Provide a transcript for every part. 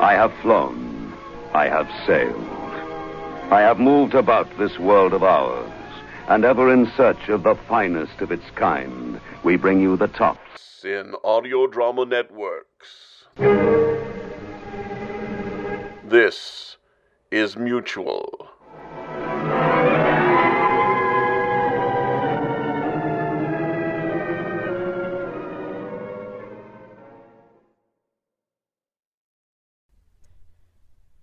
I have flown. I have sailed. I have moved about this world of ours, and ever in search of the finest of its kind, we bring you the top. in Audio Drama Networks. This is Mutual.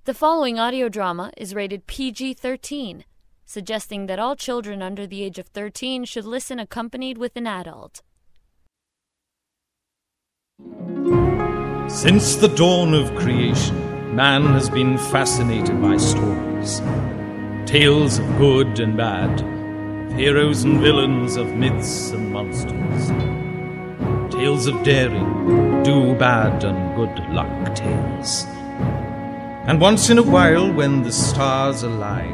The following audio drama is rated PG 13, suggesting that all children under the age of 13 should listen accompanied with an adult. Since the dawn of creation, man has been fascinated by stories. Tales of good and bad, of heroes and villains, of myths and monsters. Tales of daring, do bad and good luck tales. And once in a while, when the stars align,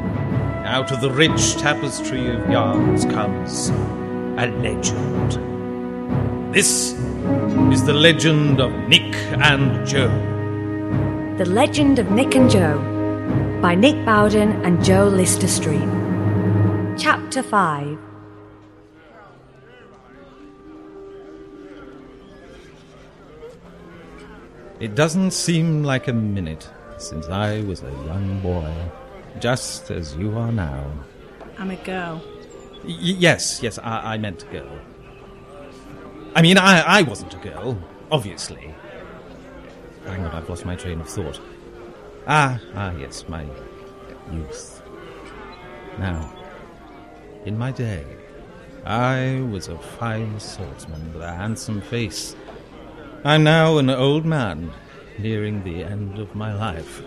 out of the rich tapestry of yarns comes a legend. This is the legend of Nick and Joe. The Legend of Nick and Joe by Nick Bowden and Joe Lister Stream. Chapter 5 It doesn't seem like a minute since I was a young boy, just as you are now. I'm a girl. Y- yes, yes, I-, I meant girl. I mean, I-, I wasn't a girl, obviously. Hang on, I've lost my train of thought. Ah, ah, yes, my youth. Now, in my day, I was a fine swordsman with a handsome face. I'm now an old man, nearing the end of my life.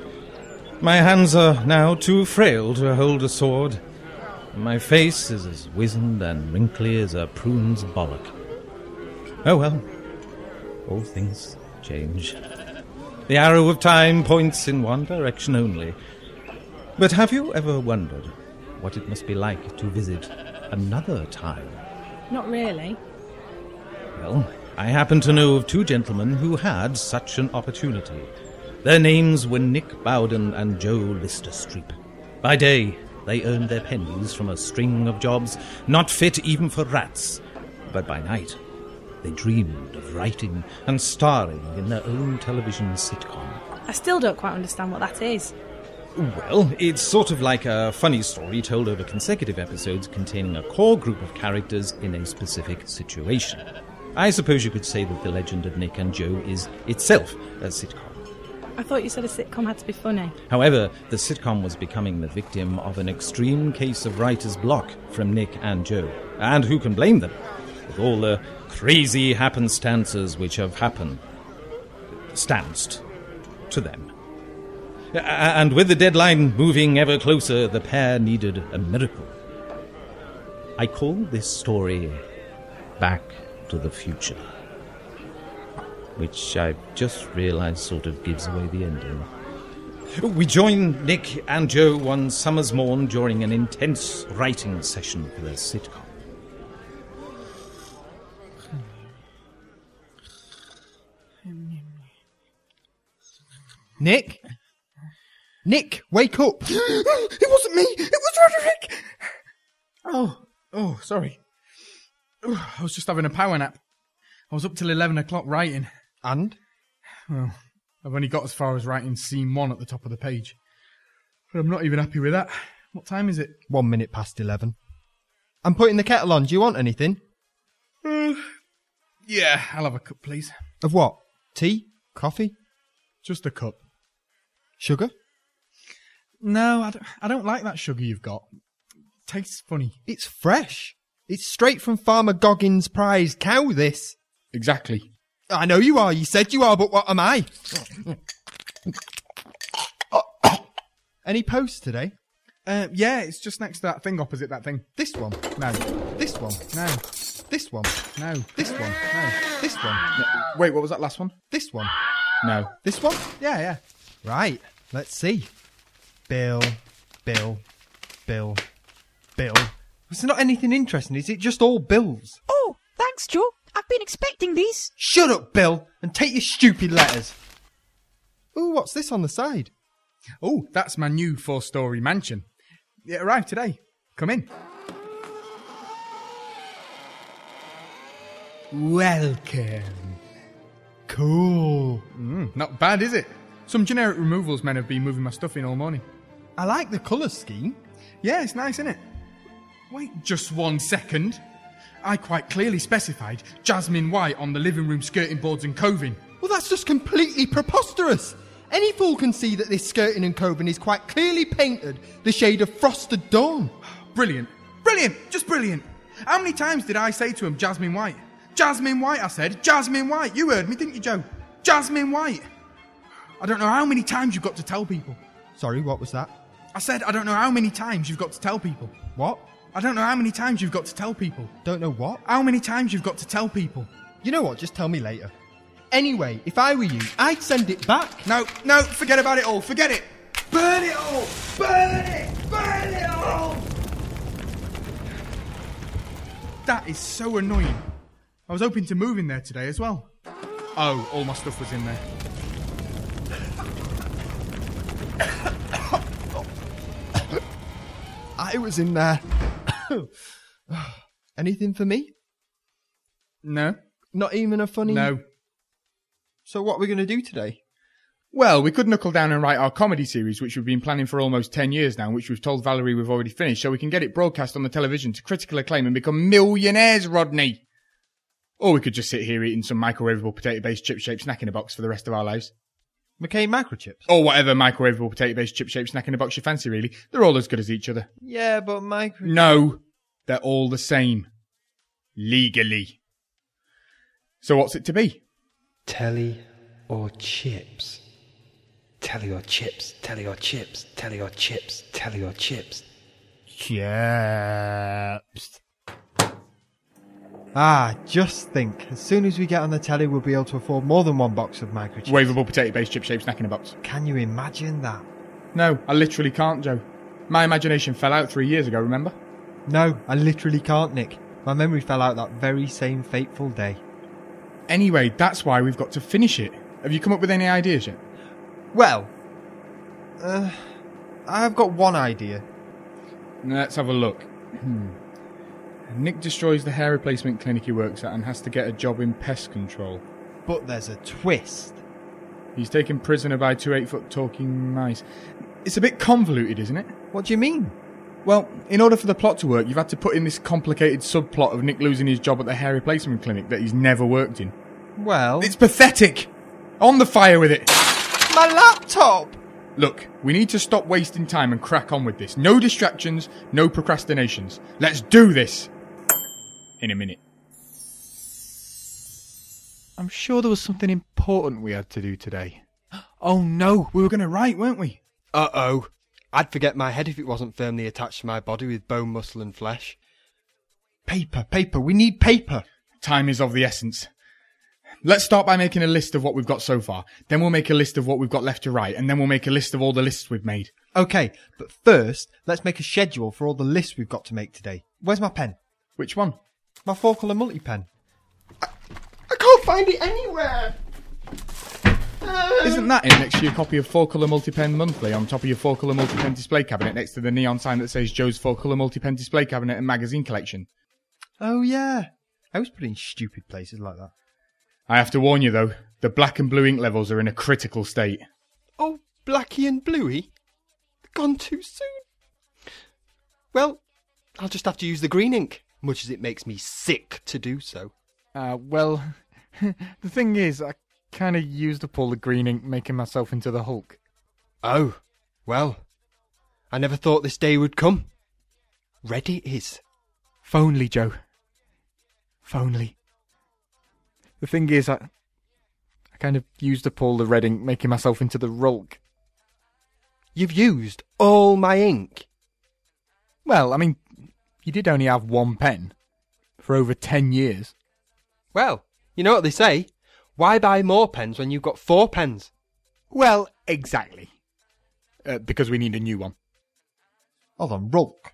My hands are now too frail to hold a sword. My face is as wizened and wrinkly as a prune's bollock. Oh well, all things change. The arrow of time points in one direction only. But have you ever wondered what it must be like to visit another time? Not really. Well, I happen to know of two gentlemen who had such an opportunity. Their names were Nick Bowden and Joe Lister Streep. By day, they earned their pennies from a string of jobs not fit even for rats. But by night, they dreamed of writing and starring in their own television sitcom. I still don't quite understand what that is. Well, it's sort of like a funny story told over consecutive episodes containing a core group of characters in a specific situation. I suppose you could say that The Legend of Nick and Joe is itself a sitcom. I thought you said a sitcom had to be funny. However, the sitcom was becoming the victim of an extreme case of writer's block from Nick and Joe. And who can blame them? With all the crazy happenstances which have happened. Stanced. To them. A- And with the deadline moving ever closer, the pair needed a miracle. I call this story Back to the Future. Which I've just realized sort of gives away the ending. We join Nick and Joe one summer's morn during an intense writing session for their sitcom. Nick? Nick, wake up! it wasn't me! It was Roderick! Oh, oh, sorry. Oh, I was just having a power nap. I was up till 11 o'clock writing. And? Well, I've only got as far as writing scene one at the top of the page. But I'm not even happy with that. What time is it? One minute past eleven. I'm putting the kettle on. Do you want anything? Yeah, I'll have a cup, please. Of what? Tea? Coffee? Just a cup. Sugar? No, I don't, I don't like that sugar you've got. tastes funny. It's fresh. It's straight from Farmer Goggins' prize cow, this. Exactly. I know you are. You said you are, but what am I? Any posts today? Uh, yeah, it's just next to that thing opposite that thing. This one. No, This one. no, This one. no. This one. No. This one. Wait, what was that last one? This one. No. This one. Yeah, yeah. Right, let's see. Bill, Bill, Bill, Bill. It's not anything interesting, is it? Just all bills. Oh, thanks, Joe. I've been expecting these. Shut up, Bill, and take your stupid letters. Ooh, what's this on the side? Oh, that's my new four story mansion. It arrived today. Come in. Welcome. Cool. Mm, not bad, is it? Some generic removals men have been moving my stuff in all morning. I like the colour scheme. Yeah, it's nice, isn't it? Wait just one second. I quite clearly specified jasmine white on the living room skirting boards and coving. Well, that's just completely preposterous. Any fool can see that this skirting and coving is quite clearly painted the shade of frosted dawn. Brilliant. Brilliant. Just brilliant. How many times did I say to him, Jasmine White? Jasmine White, I said. Jasmine White. You heard me, didn't you, Joe? Jasmine White. I don't know how many times you've got to tell people. Sorry, what was that? I said, I don't know how many times you've got to tell people. What? I don't know how many times you've got to tell people. Don't know what? How many times you've got to tell people. You know what? Just tell me later. Anyway, if I were you, I'd send it back. No, no, forget about it all. Forget it. Burn it all. Burn it. Burn it all. That is so annoying. I was hoping to move in there today as well. Oh, all my stuff was in there. I was in there. Anything for me? No. Not even a funny. No. So what are we going to do today? Well, we could knuckle down and write our comedy series, which we've been planning for almost 10 years now, and which we've told Valerie we've already finished, so we can get it broadcast on the television to critical acclaim and become millionaires, Rodney. Or we could just sit here eating some microwavable potato-based chip-shaped snack in a box for the rest of our lives. McCain microchips. Or whatever microwavable potato-based chip-shaped snack in a box you fancy, really. They're all as good as each other. Yeah, but micro. No, they're all the same. Legally. So what's it to be? Telly or chips? Telly or chips? Telly or chips? Telly or chips? Telly or chips? Chips. Ah, just think. As soon as we get on the telly, we'll be able to afford more than one box of microchips. Wavable potato-based chip-shaped snack in a box. Can you imagine that? No, I literally can't, Joe. My imagination fell out three years ago, remember? No, I literally can't, Nick. My memory fell out that very same fateful day. Anyway, that's why we've got to finish it. Have you come up with any ideas yet? Well, uh, I've got one idea. Let's have a look. Hmm. Nick destroys the hair replacement clinic he works at and has to get a job in pest control. But there's a twist. He's taken prisoner by two eight foot talking mice. It's a bit convoluted, isn't it? What do you mean? Well, in order for the plot to work, you've had to put in this complicated subplot of Nick losing his job at the hair replacement clinic that he's never worked in. Well, It's pathetic! On the fire with it! my laptop! Look, we need to stop wasting time and crack on with this. No distractions, no procrastinations. Let's do this! In a minute. I'm sure there was something important we had to do today. Oh no, we were going to write, weren't we? Uh oh. I'd forget my head if it wasn't firmly attached to my body with bone, muscle, and flesh. Paper, paper, we need paper. Time is of the essence. Let's start by making a list of what we've got so far. Then we'll make a list of what we've got left to write, and then we'll make a list of all the lists we've made. Okay, but first, let's make a schedule for all the lists we've got to make today. Where's my pen? Which one? My four colour multi pen. I, I can't find it anywhere! Isn't that in next to your copy of Four Colour Multipen Monthly on top of your Four Colour Multipen Display Cabinet next to the neon sign that says Joe's Four Colour Multipen Display Cabinet and Magazine Collection? Oh, yeah. I was put in stupid places like that. I have to warn you though, the black and blue ink levels are in a critical state. Oh, Blackie and Bluey? Gone too soon. Well, I'll just have to use the green ink, much as it makes me sick to do so. Uh, well, the thing is, I kind of used up all the green ink making myself into the Hulk. Oh, well, I never thought this day would come. Ready it is. Phonely, Joe. Phonely. The thing is, I, I kind of used up all the red ink making myself into the Rulk. You've used all my ink. Well, I mean, you did only have one pen for over ten years. Well, you know what they say. Why buy more pens when you've got four pens? Well, exactly. Uh, because we need a new one. Hold on, Rolk. Oh,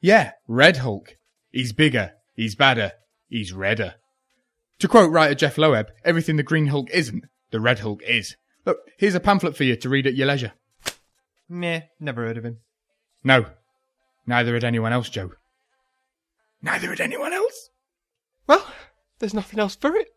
Yeah, Red Hulk. He's bigger, he's badder, he's redder. To quote writer Jeff Loeb, everything the Green Hulk isn't, the Red Hulk is. Look, here's a pamphlet for you to read at your leisure. Meh, never heard of him. No, neither had anyone else, Joe. Neither had anyone else. Well, there's nothing else for it.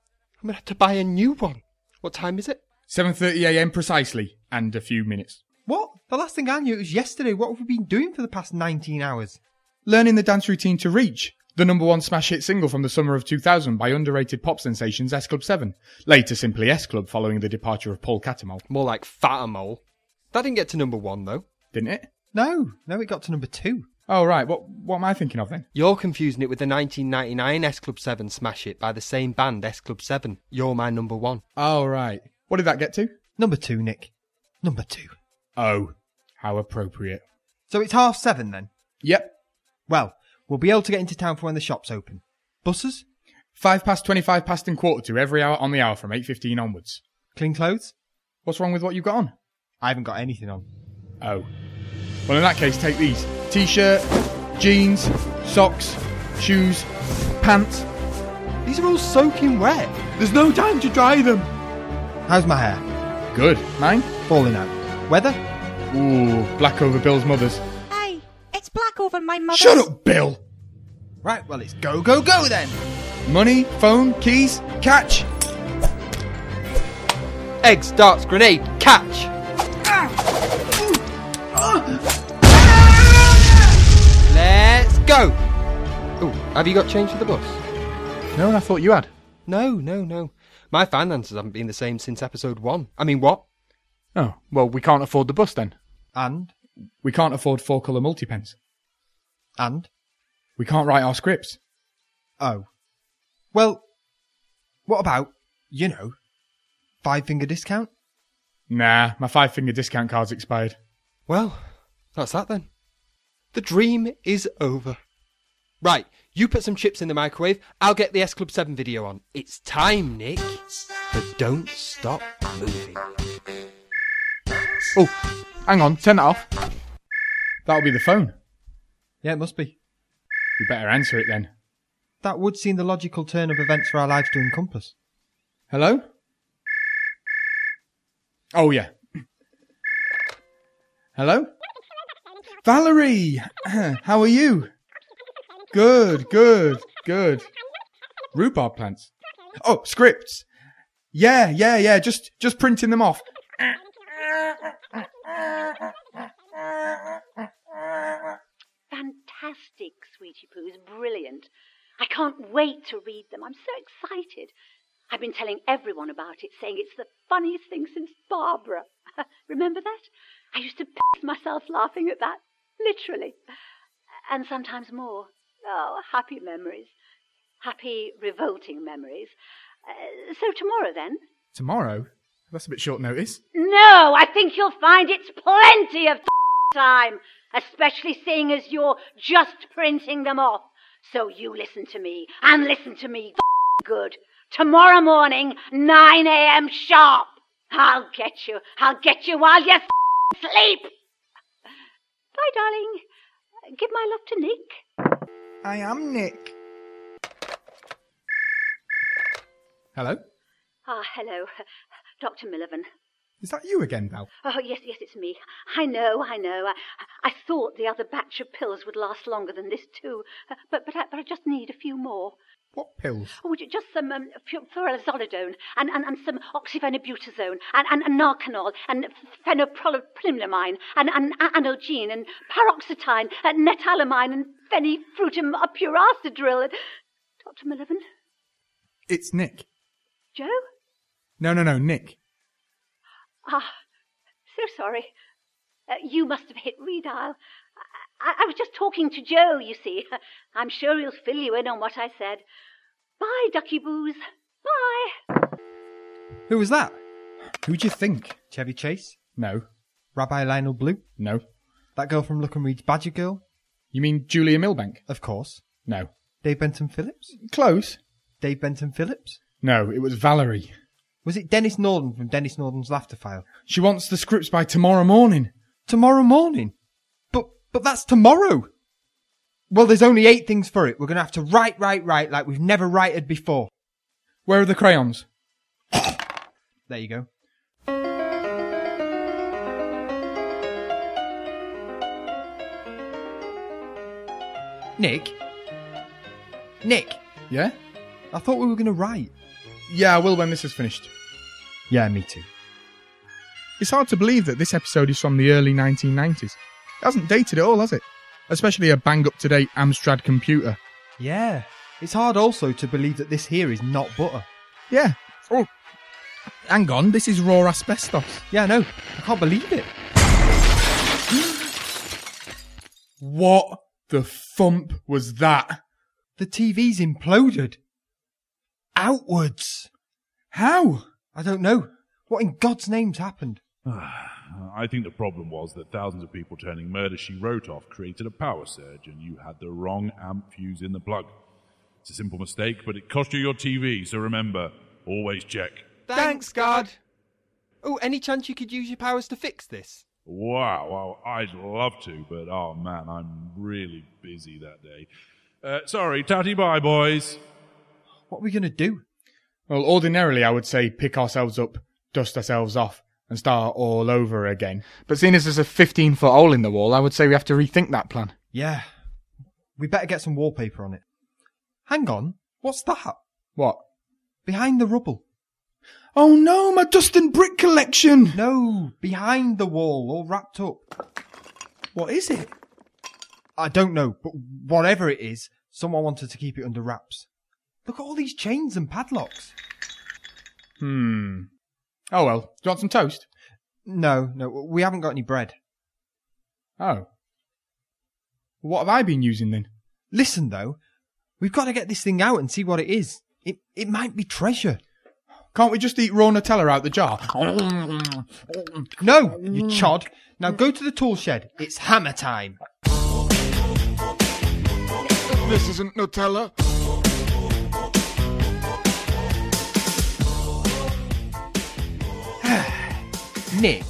I'm gonna have to buy a new one. What time is it? 7.30am precisely, and a few minutes. What? The last thing I knew it was yesterday. What have we been doing for the past 19 hours? Learning the dance routine to Reach, the number one smash hit single from the summer of 2000 by underrated pop sensations S Club 7, later simply S Club following the departure of Paul Catamol. More like Fatamol. That didn't get to number one, though. Didn't it? No, no, it got to number two. Oh, right. What, what am I thinking of then? You're confusing it with the 1999 S Club 7 Smash It by the same band, S Club 7. You're my number one. Oh, right. What did that get to? Number two, Nick. Number two. Oh, how appropriate. So it's half seven then? Yep. Well, we'll be able to get into town for when the shop's open. Buses? Five past, twenty-five past, and quarter to every hour on the hour from eight fifteen onwards. Clean clothes? What's wrong with what you got on? I haven't got anything on. Oh. Well, in that case, take these t shirt, jeans, socks, shoes, pants. These are all soaking wet. There's no time to dry them. How's my hair? Good. Mine? Falling out. Weather? Ooh, black over Bill's mother's. Hey, it's black over my mother. Shut up, Bill! Right, well, it's go, go, go then. Money, phone, keys, catch! Eggs, darts, grenade, catch. Let's go. Oh, have you got change for the bus? No, and I thought you had. No, no, no. My finances haven't been the same since episode one. I mean, what? Oh, well, we can't afford the bus then. And? We can't afford four colour multipens. And? We can't write our scripts. Oh. Well, what about, you know, five finger discount? Nah, my five finger discount card's expired. Well, that's that then. The dream is over. Right, you put some chips in the microwave, I'll get the S Club 7 video on. It's time, Nick, for Don't Stop Moving. Oh, hang on, turn that off. That'll be the phone. Yeah, it must be. We better answer it then. That would seem the logical turn of events for our lives to encompass. Hello? Oh, yeah. Hello? Valerie! How are you? Good, good, good. Rhubarb plants. Oh, scripts. Yeah, yeah, yeah. Just, just printing them off. Fantastic, Sweetie Poos. Brilliant. I can't wait to read them. I'm so excited. I've been telling everyone about it, saying it's the funniest thing since Barbara. Remember that? I used to piss myself laughing at that, literally. And sometimes more. Oh, happy memories. Happy, revolting memories. Uh, so tomorrow then? Tomorrow? That's a bit short notice. No, Oh, I think you'll find it's plenty of time, especially seeing as you're just printing them off. So you listen to me, and listen to me good. Tomorrow morning, 9 a.m. sharp. I'll get you. I'll get you while you sleep. Bye, darling. Give my love to Nick. I am Nick. Hello? Ah, hello. Dr. Millivan. Is that you again, Val? Oh, yes, yes, it's me. I know, I know. I, I thought the other batch of pills would last longer than this, too. Uh, But, but, I, but I just need a few more. What pills? Oh, ju- just some um, fu- furazolidone and, and, and some oxyphenobutazone and, and, and Narcanol and f- phenoprolipramine and, and a- analgene and paroxetine and netalamine and fenifrutum upuracidril and... Dr. Millivan? It's Nick. Joe? No, no, no, Nick. Ah, so sorry. Uh, you must have hit redial. I, I was just talking to Joe, you see. I'm sure he'll fill you in on what I said. Bye, Ducky Boos. Bye. Who was that? Who'd you think? Chevy Chase? No, Rabbi Lionel Blue? no. That girl from Look and Read's Badger Girl? You mean Julia Milbank? Of course. No. Dave Benton Phillips? Close? Dave Benton Phillips? No, it was Valerie. Was it Dennis Norden from Dennis Norden's Laughter File? She wants the scripts by tomorrow morning. Tomorrow morning? But but that's tomorrow. Well, there's only eight things for it. We're going to have to write, write, write like we've never writed before. Where are the crayons? There you go. Nick? Nick? Yeah? I thought we were going to write. Yeah, I will when this is finished. Yeah, me too. It's hard to believe that this episode is from the early 1990s. It hasn't dated at all, has it? Especially a bang up to date Amstrad computer. Yeah. It's hard also to believe that this here is not butter. Yeah. Oh, hang on. This is raw asbestos. Yeah, I know. I can't believe it. What the thump was that? The TV's imploded. Outwards. How? I don't know. What in God's name's happened? Uh, I think the problem was that thousands of people turning Murder She Wrote off created a power surge, and you had the wrong amp fuse in the plug. It's a simple mistake, but it cost you your TV, so remember, always check. Thanks, God. Oh, any chance you could use your powers to fix this? Wow, wow, I'd love to, but oh man, I'm really busy that day. Uh, sorry, tatty bye, boys. What are we going to do? Well, ordinarily, I would say pick ourselves up, dust ourselves off, and start all over again. But seeing as there's a 15 foot hole in the wall, I would say we have to rethink that plan. Yeah. We better get some wallpaper on it. Hang on. What's that? What? Behind the rubble. Oh no, my dust and brick collection! No, behind the wall, all wrapped up. What is it? I don't know, but whatever it is, someone wanted to keep it under wraps. Look at all these chains and padlocks. Hmm. Oh well, do you want some toast? No, no, we haven't got any bread. Oh. What have I been using then? Listen though, we've got to get this thing out and see what it is. It it might be treasure. Can't we just eat raw Nutella out the jar? No, you chod. Now go to the tool shed. It's hammer time. This isn't Nutella. Nick,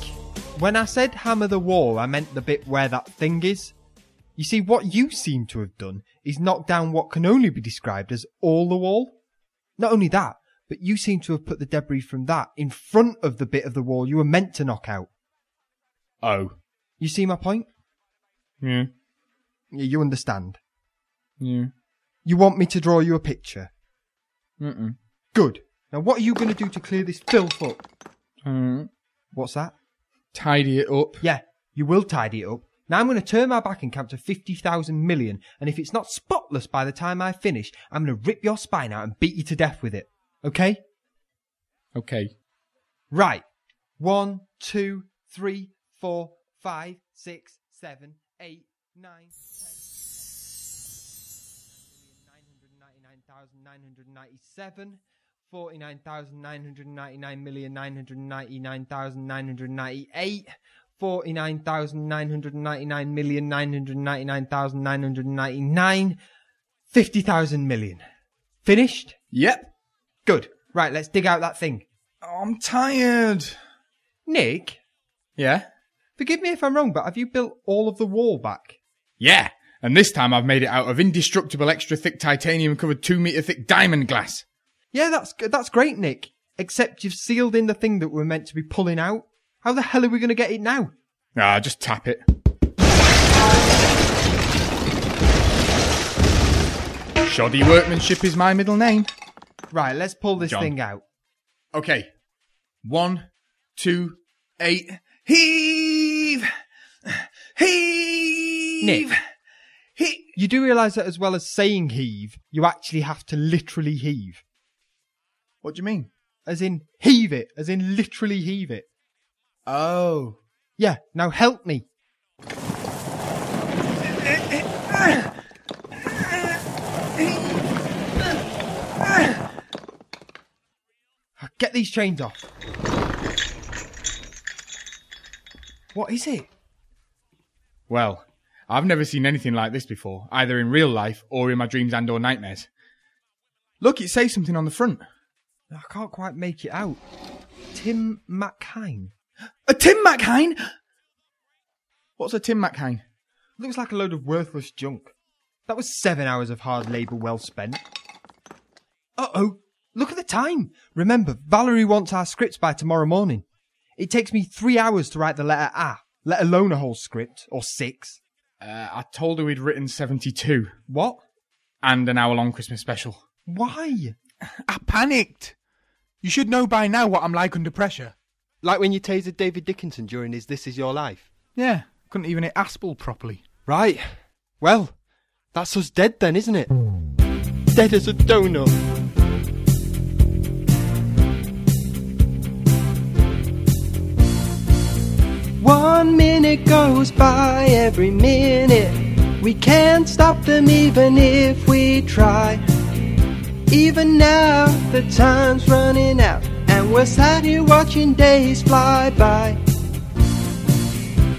when I said hammer the wall, I meant the bit where that thing is. You see, what you seem to have done is knock down what can only be described as all the wall. Not only that, but you seem to have put the debris from that in front of the bit of the wall you were meant to knock out. Oh. You see my point? Yeah. Y- You understand. Yeah. You want me to draw you a picture? Mm-mm. Good. Now what are you going to do to clear this filth up? Mm. What's that? Tidy it up. Yeah, you will tidy it up. Now I'm going to turn my back and count to 50,000 million, and if it's not spotless by the time I finish, I'm going to rip your spine out and beat you to death with it. Okay? Okay. Right. One, two, three, four, five, six, seven, eight, nine, ten. 999,997, 49,999,999,998, 49,999,999,999, 50,000 million. Finished? Yep. Good. Right, let's dig out that thing. Oh, I'm tired. Nick, Yeah? forgive me if I'm wrong, but have you built all of the wall back? Yeah. And this time I've made it out of indestructible extra thick titanium covered two meter thick diamond glass. Yeah, that's g- that's great, Nick. Except you've sealed in the thing that we're meant to be pulling out. How the hell are we going to get it now? Ah, just tap it. Shoddy workmanship is my middle name. Right, let's pull this John. thing out. Okay. One, two, eight. Heave! Heave! Nick, He- you do realise that as well as saying heave, you actually have to literally heave. What do you mean? As in, heave it. As in, literally heave it. Oh. Yeah, now help me. Get these chains off. What is it? Well, I've never seen anything like this before, either in real life or in my dreams and or nightmares. Look, it says something on the front. I can't quite make it out. Tim McHine. A Tim McHine? What's a Tim McHine? Looks like a load of worthless junk. That was seven hours of hard labour well spent. Uh oh, look at the time. Remember, Valerie wants our scripts by tomorrow morning. It takes me three hours to write the letter A, let alone a whole script, or six. Uh, I told her we'd written 72. What? And an hour long Christmas special. Why? I panicked. You should know by now what I'm like under pressure. Like when you tasered David Dickinson during his This Is Your Life. Yeah, couldn't even hit Aspel properly. Right. Well, that's us dead then, isn't it? Dead as a donut. One minute goes by every minute. We can't stop them even if we try. Even now, the time's running out, and we're sat here watching days fly by.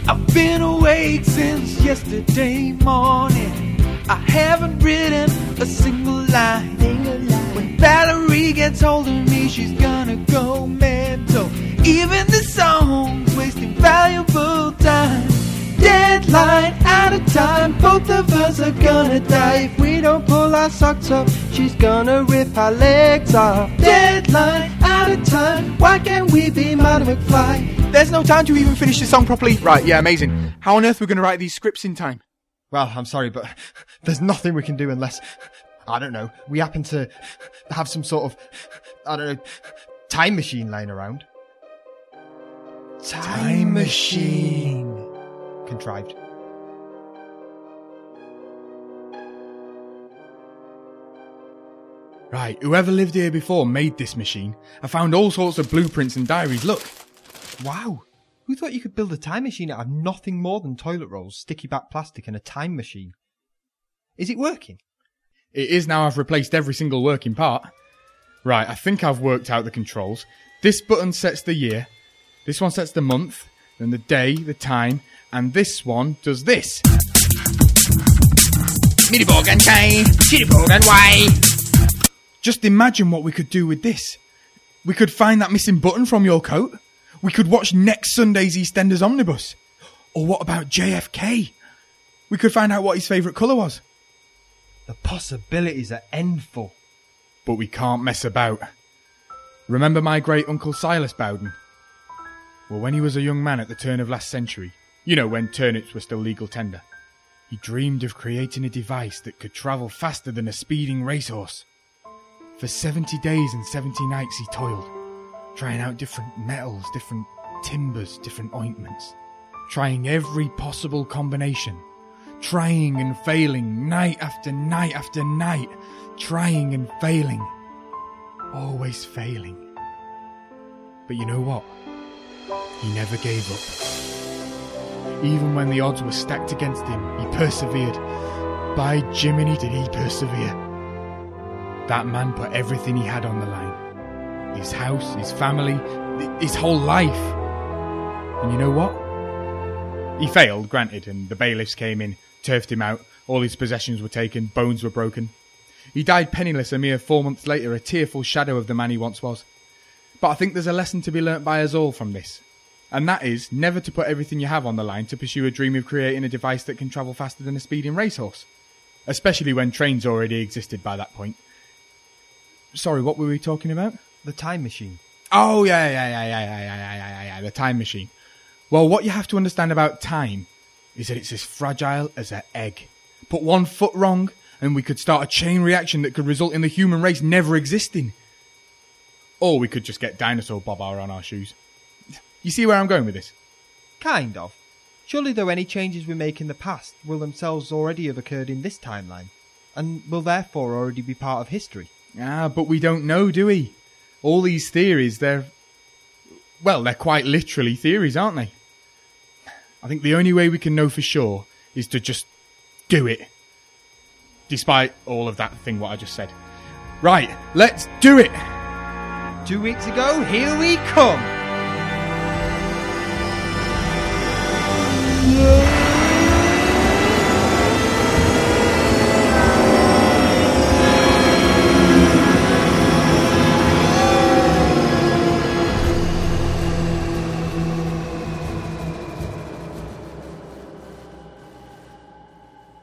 I've been awake since yesterday morning. I haven't written a single line. When Valerie gets hold of me, she's gonna go mental. Even the song's wasting valuable time. Deadline out of time, both of us are gonna die. If we don't pull our socks up, she's gonna rip our legs off. Deadline out of time, why can't we be Marty McFly? There's no time to even finish the song properly. Right, yeah, amazing. How on earth are we going to write these scripts in time? Well, I'm sorry, but there's nothing we can do unless, I don't know, we happen to have some sort of, I don't know, time machine lying around. Time machine. Contrived. Right, whoever lived here before made this machine. I found all sorts of blueprints and diaries. Look. Wow. Who thought you could build a time machine out of nothing more than toilet rolls, sticky back plastic, and a time machine? Is it working? It is now I've replaced every single working part. Right, I think I've worked out the controls. This button sets the year, this one sets the month, then the day, the time, and this one does this. Miniborgan K, Chittyborgan Way. Just imagine what we could do with this. We could find that missing button from your coat. We could watch next Sunday's EastEnders Omnibus. Or what about JFK? We could find out what his favourite colour was. The possibilities are endful. But we can't mess about. Remember my great uncle Silas Bowden? Well, when he was a young man at the turn of last century, you know, when turnips were still legal tender, he dreamed of creating a device that could travel faster than a speeding racehorse. For 70 days and 70 nights he toiled, trying out different metals, different timbers, different ointments, trying every possible combination, trying and failing night after night after night, trying and failing, always failing. But you know what? He never gave up. Even when the odds were stacked against him, he persevered. By Jiminy, did he persevere! That man put everything he had on the line his house, his family, th- his whole life. And you know what? He failed, granted, and the bailiffs came in, turfed him out, all his possessions were taken, bones were broken. He died penniless a mere four months later, a tearful shadow of the man he once was. But I think there's a lesson to be learnt by us all from this. And that is never to put everything you have on the line to pursue a dream of creating a device that can travel faster than a speeding racehorse. Especially when trains already existed by that point. Sorry, what were we talking about? The time machine. Oh, yeah, yeah, yeah, yeah, yeah, yeah, yeah, yeah, yeah, yeah, the time machine. Well, what you have to understand about time is that it's as fragile as an egg. Put one foot wrong, and we could start a chain reaction that could result in the human race never existing. Or we could just get dinosaur bob hour on our shoes. You see where I'm going with this? Kind of. Surely, though, any changes we make in the past will themselves already have occurred in this timeline, and will therefore already be part of history. Ah, but we don't know, do we? All these theories, they're. Well, they're quite literally theories, aren't they? I think the only way we can know for sure is to just do it. Despite all of that thing what I just said. Right, let's do it! Two weeks ago, here we come!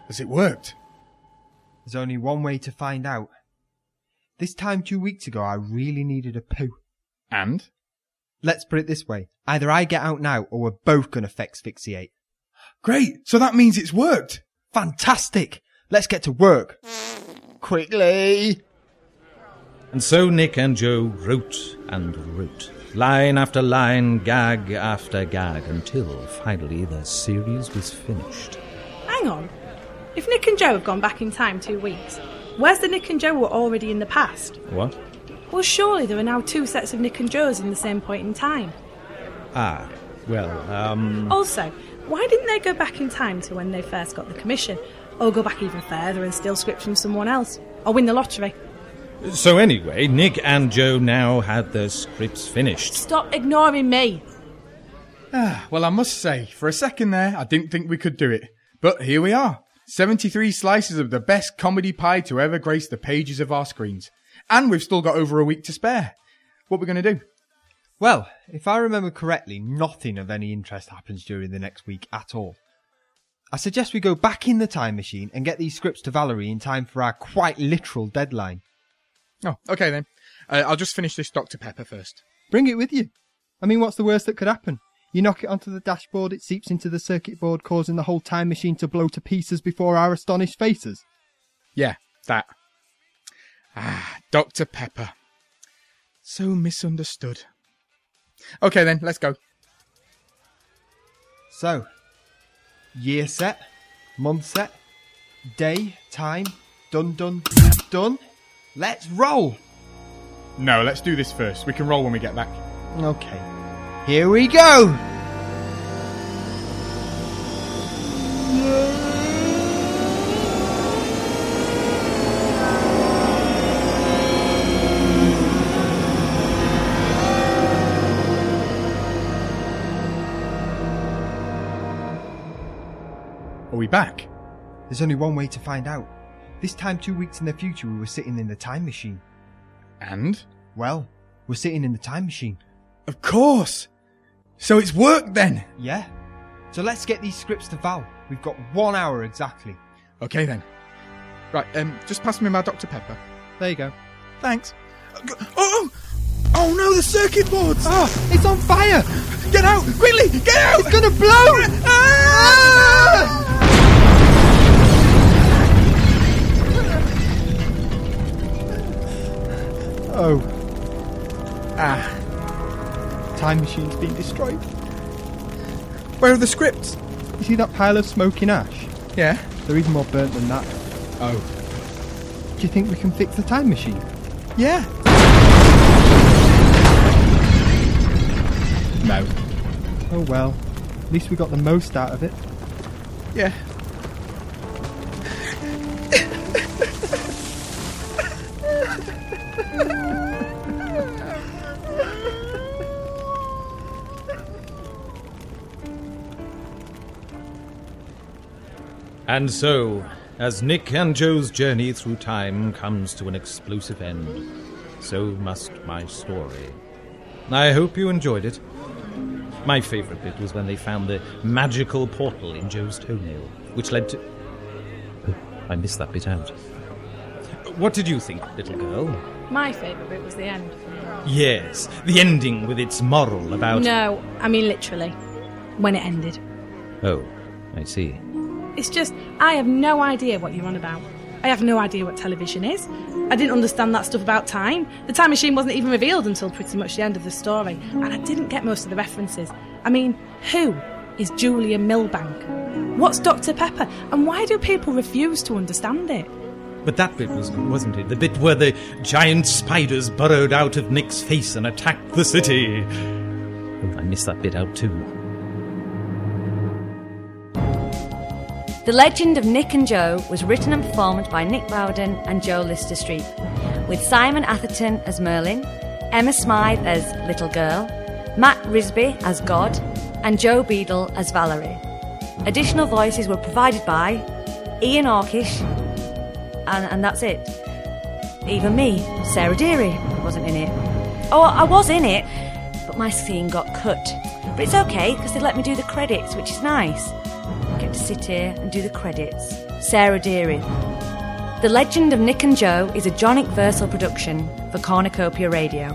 Has it worked? There's only one way to find out. This time two weeks ago, I really needed a poo. And? Let's put it this way either I get out now, or we're both gonna fexfixiate. Great. So that means it's worked. Fantastic. Let's get to work. Quickly. And so Nick and Joe wrote and wrote, line after line, gag after gag, until finally the series was finished. Hang on. If Nick and Joe have gone back in time two weeks, where's the Nick and Joe were already in the past? What? Well, surely there are now two sets of Nick and Joes in the same point in time. Ah, well, um. Also, why didn't they go back in time to when they first got the commission? Or go back even further and steal scripts from someone else? Or win the lottery? So anyway, Nick and Joe now had their scripts finished. Stop ignoring me! Ah, well, I must say, for a second there, I didn't think we could do it. But here we are 73 slices of the best comedy pie to ever grace the pages of our screens. And we've still got over a week to spare. What we're going to do? Well, if I remember correctly, nothing of any interest happens during the next week at all. I suggest we go back in the time machine and get these scripts to Valerie in time for our quite literal deadline. Oh, okay then. Uh, I'll just finish this Dr. Pepper first. Bring it with you. I mean, what's the worst that could happen? You knock it onto the dashboard, it seeps into the circuit board, causing the whole time machine to blow to pieces before our astonished faces. Yeah, that. Ah, Dr. Pepper. So misunderstood. Okay then, let's go. So, year set, month set, day, time, done, done, done. Let's roll! No, let's do this first. We can roll when we get back. Okay. Here we go! Are we back? There's only one way to find out. This time, two weeks in the future, we were sitting in the time machine. And? Well, we're sitting in the time machine. Of course! So it's worked then! Yeah. So let's get these scripts to Val. We've got one hour exactly. Okay then. Right, um, just pass me my Dr. Pepper. There you go. Thanks. Oh! Oh no, the circuit boards! Ah, it's on fire! Get out! Quickly! Get out! It's gonna blow! Ah! Oh. Oh. Ah. Time machine's been destroyed. Where are the scripts? You see that pile of smoking ash? Yeah. They're even more burnt than that. Oh. Do you think we can fix the time machine? Yeah. No. Oh well. At least we got the most out of it. Yeah. And so, as Nick and Joe's journey through time comes to an explosive end, so must my story. I hope you enjoyed it. My favourite bit was when they found the magical portal in Joe's toenail, which led to. Oh, I missed that bit out. What did you think, little girl? My favourite bit was the end. Yes, the ending with its moral about. No, I mean literally. When it ended. Oh, I see. It's just, I have no idea what you're on about. I have no idea what television is. I didn't understand that stuff about time. The time machine wasn't even revealed until pretty much the end of the story, and I didn't get most of the references. I mean, who is Julia Milbank? What's Dr. Pepper? And why do people refuse to understand it? But that bit was good, wasn't it? The bit where the giant spiders burrowed out of Nick's face and attacked the city. Oh, I missed that bit out too. The Legend of Nick and Joe was written and performed by Nick Bowden and Joe Lister Street, with Simon Atherton as Merlin, Emma Smythe as Little Girl, Matt Risby as God, and Joe Beadle as Valerie. Additional voices were provided by Ian Orkish, and, and that's it. Even me, Sarah Deary, wasn't in it. Oh, I was in it, but my scene got cut. But it's okay, because they let me do the credits, which is nice get to sit here and do the credits. Sarah Deary. The Legend of Nick and Joe is a Johnick Versal production for Cornucopia Radio.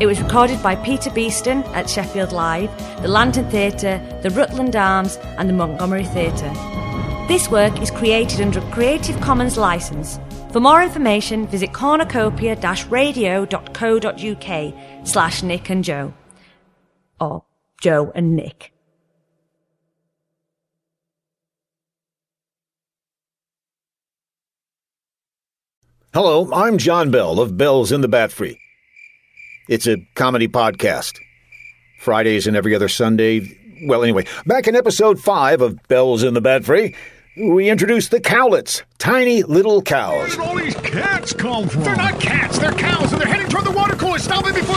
It was recorded by Peter Beeston at Sheffield Live, the Lantern Theatre, the Rutland Arms, and the Montgomery Theatre. This work is created under a Creative Commons license. For more information, visit cornucopia-radio.co.uk slash Nick and Joe. Or Joe and Nick. Hello, I'm John Bell of Bell's in the Bat Free. It's a comedy podcast. Fridays and every other Sunday. Well, anyway, back in episode 5 of Bell's in the Bat Free, we introduced the cowlets, tiny little cows. All these cats come from. They're not cats. They're cows, and they're heading toward the water cooler. Stop it before.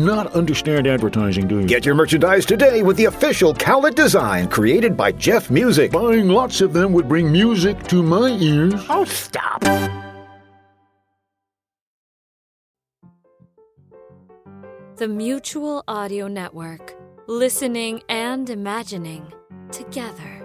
not understand advertising, do you? Get your merchandise today with the official Cowlet design created by Jeff Music. Buying lots of them would bring music to my ears. Oh, stop. The Mutual Audio Network. Listening and imagining together.